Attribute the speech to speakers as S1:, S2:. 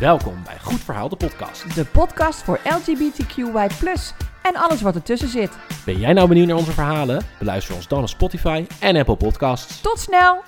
S1: Welkom bij Goed Verhaal, de podcast.
S2: De podcast voor LGBTQI+, en alles wat ertussen zit.
S1: Ben jij nou benieuwd naar onze verhalen? Beluister ons dan op Spotify en Apple Podcasts.
S2: Tot snel!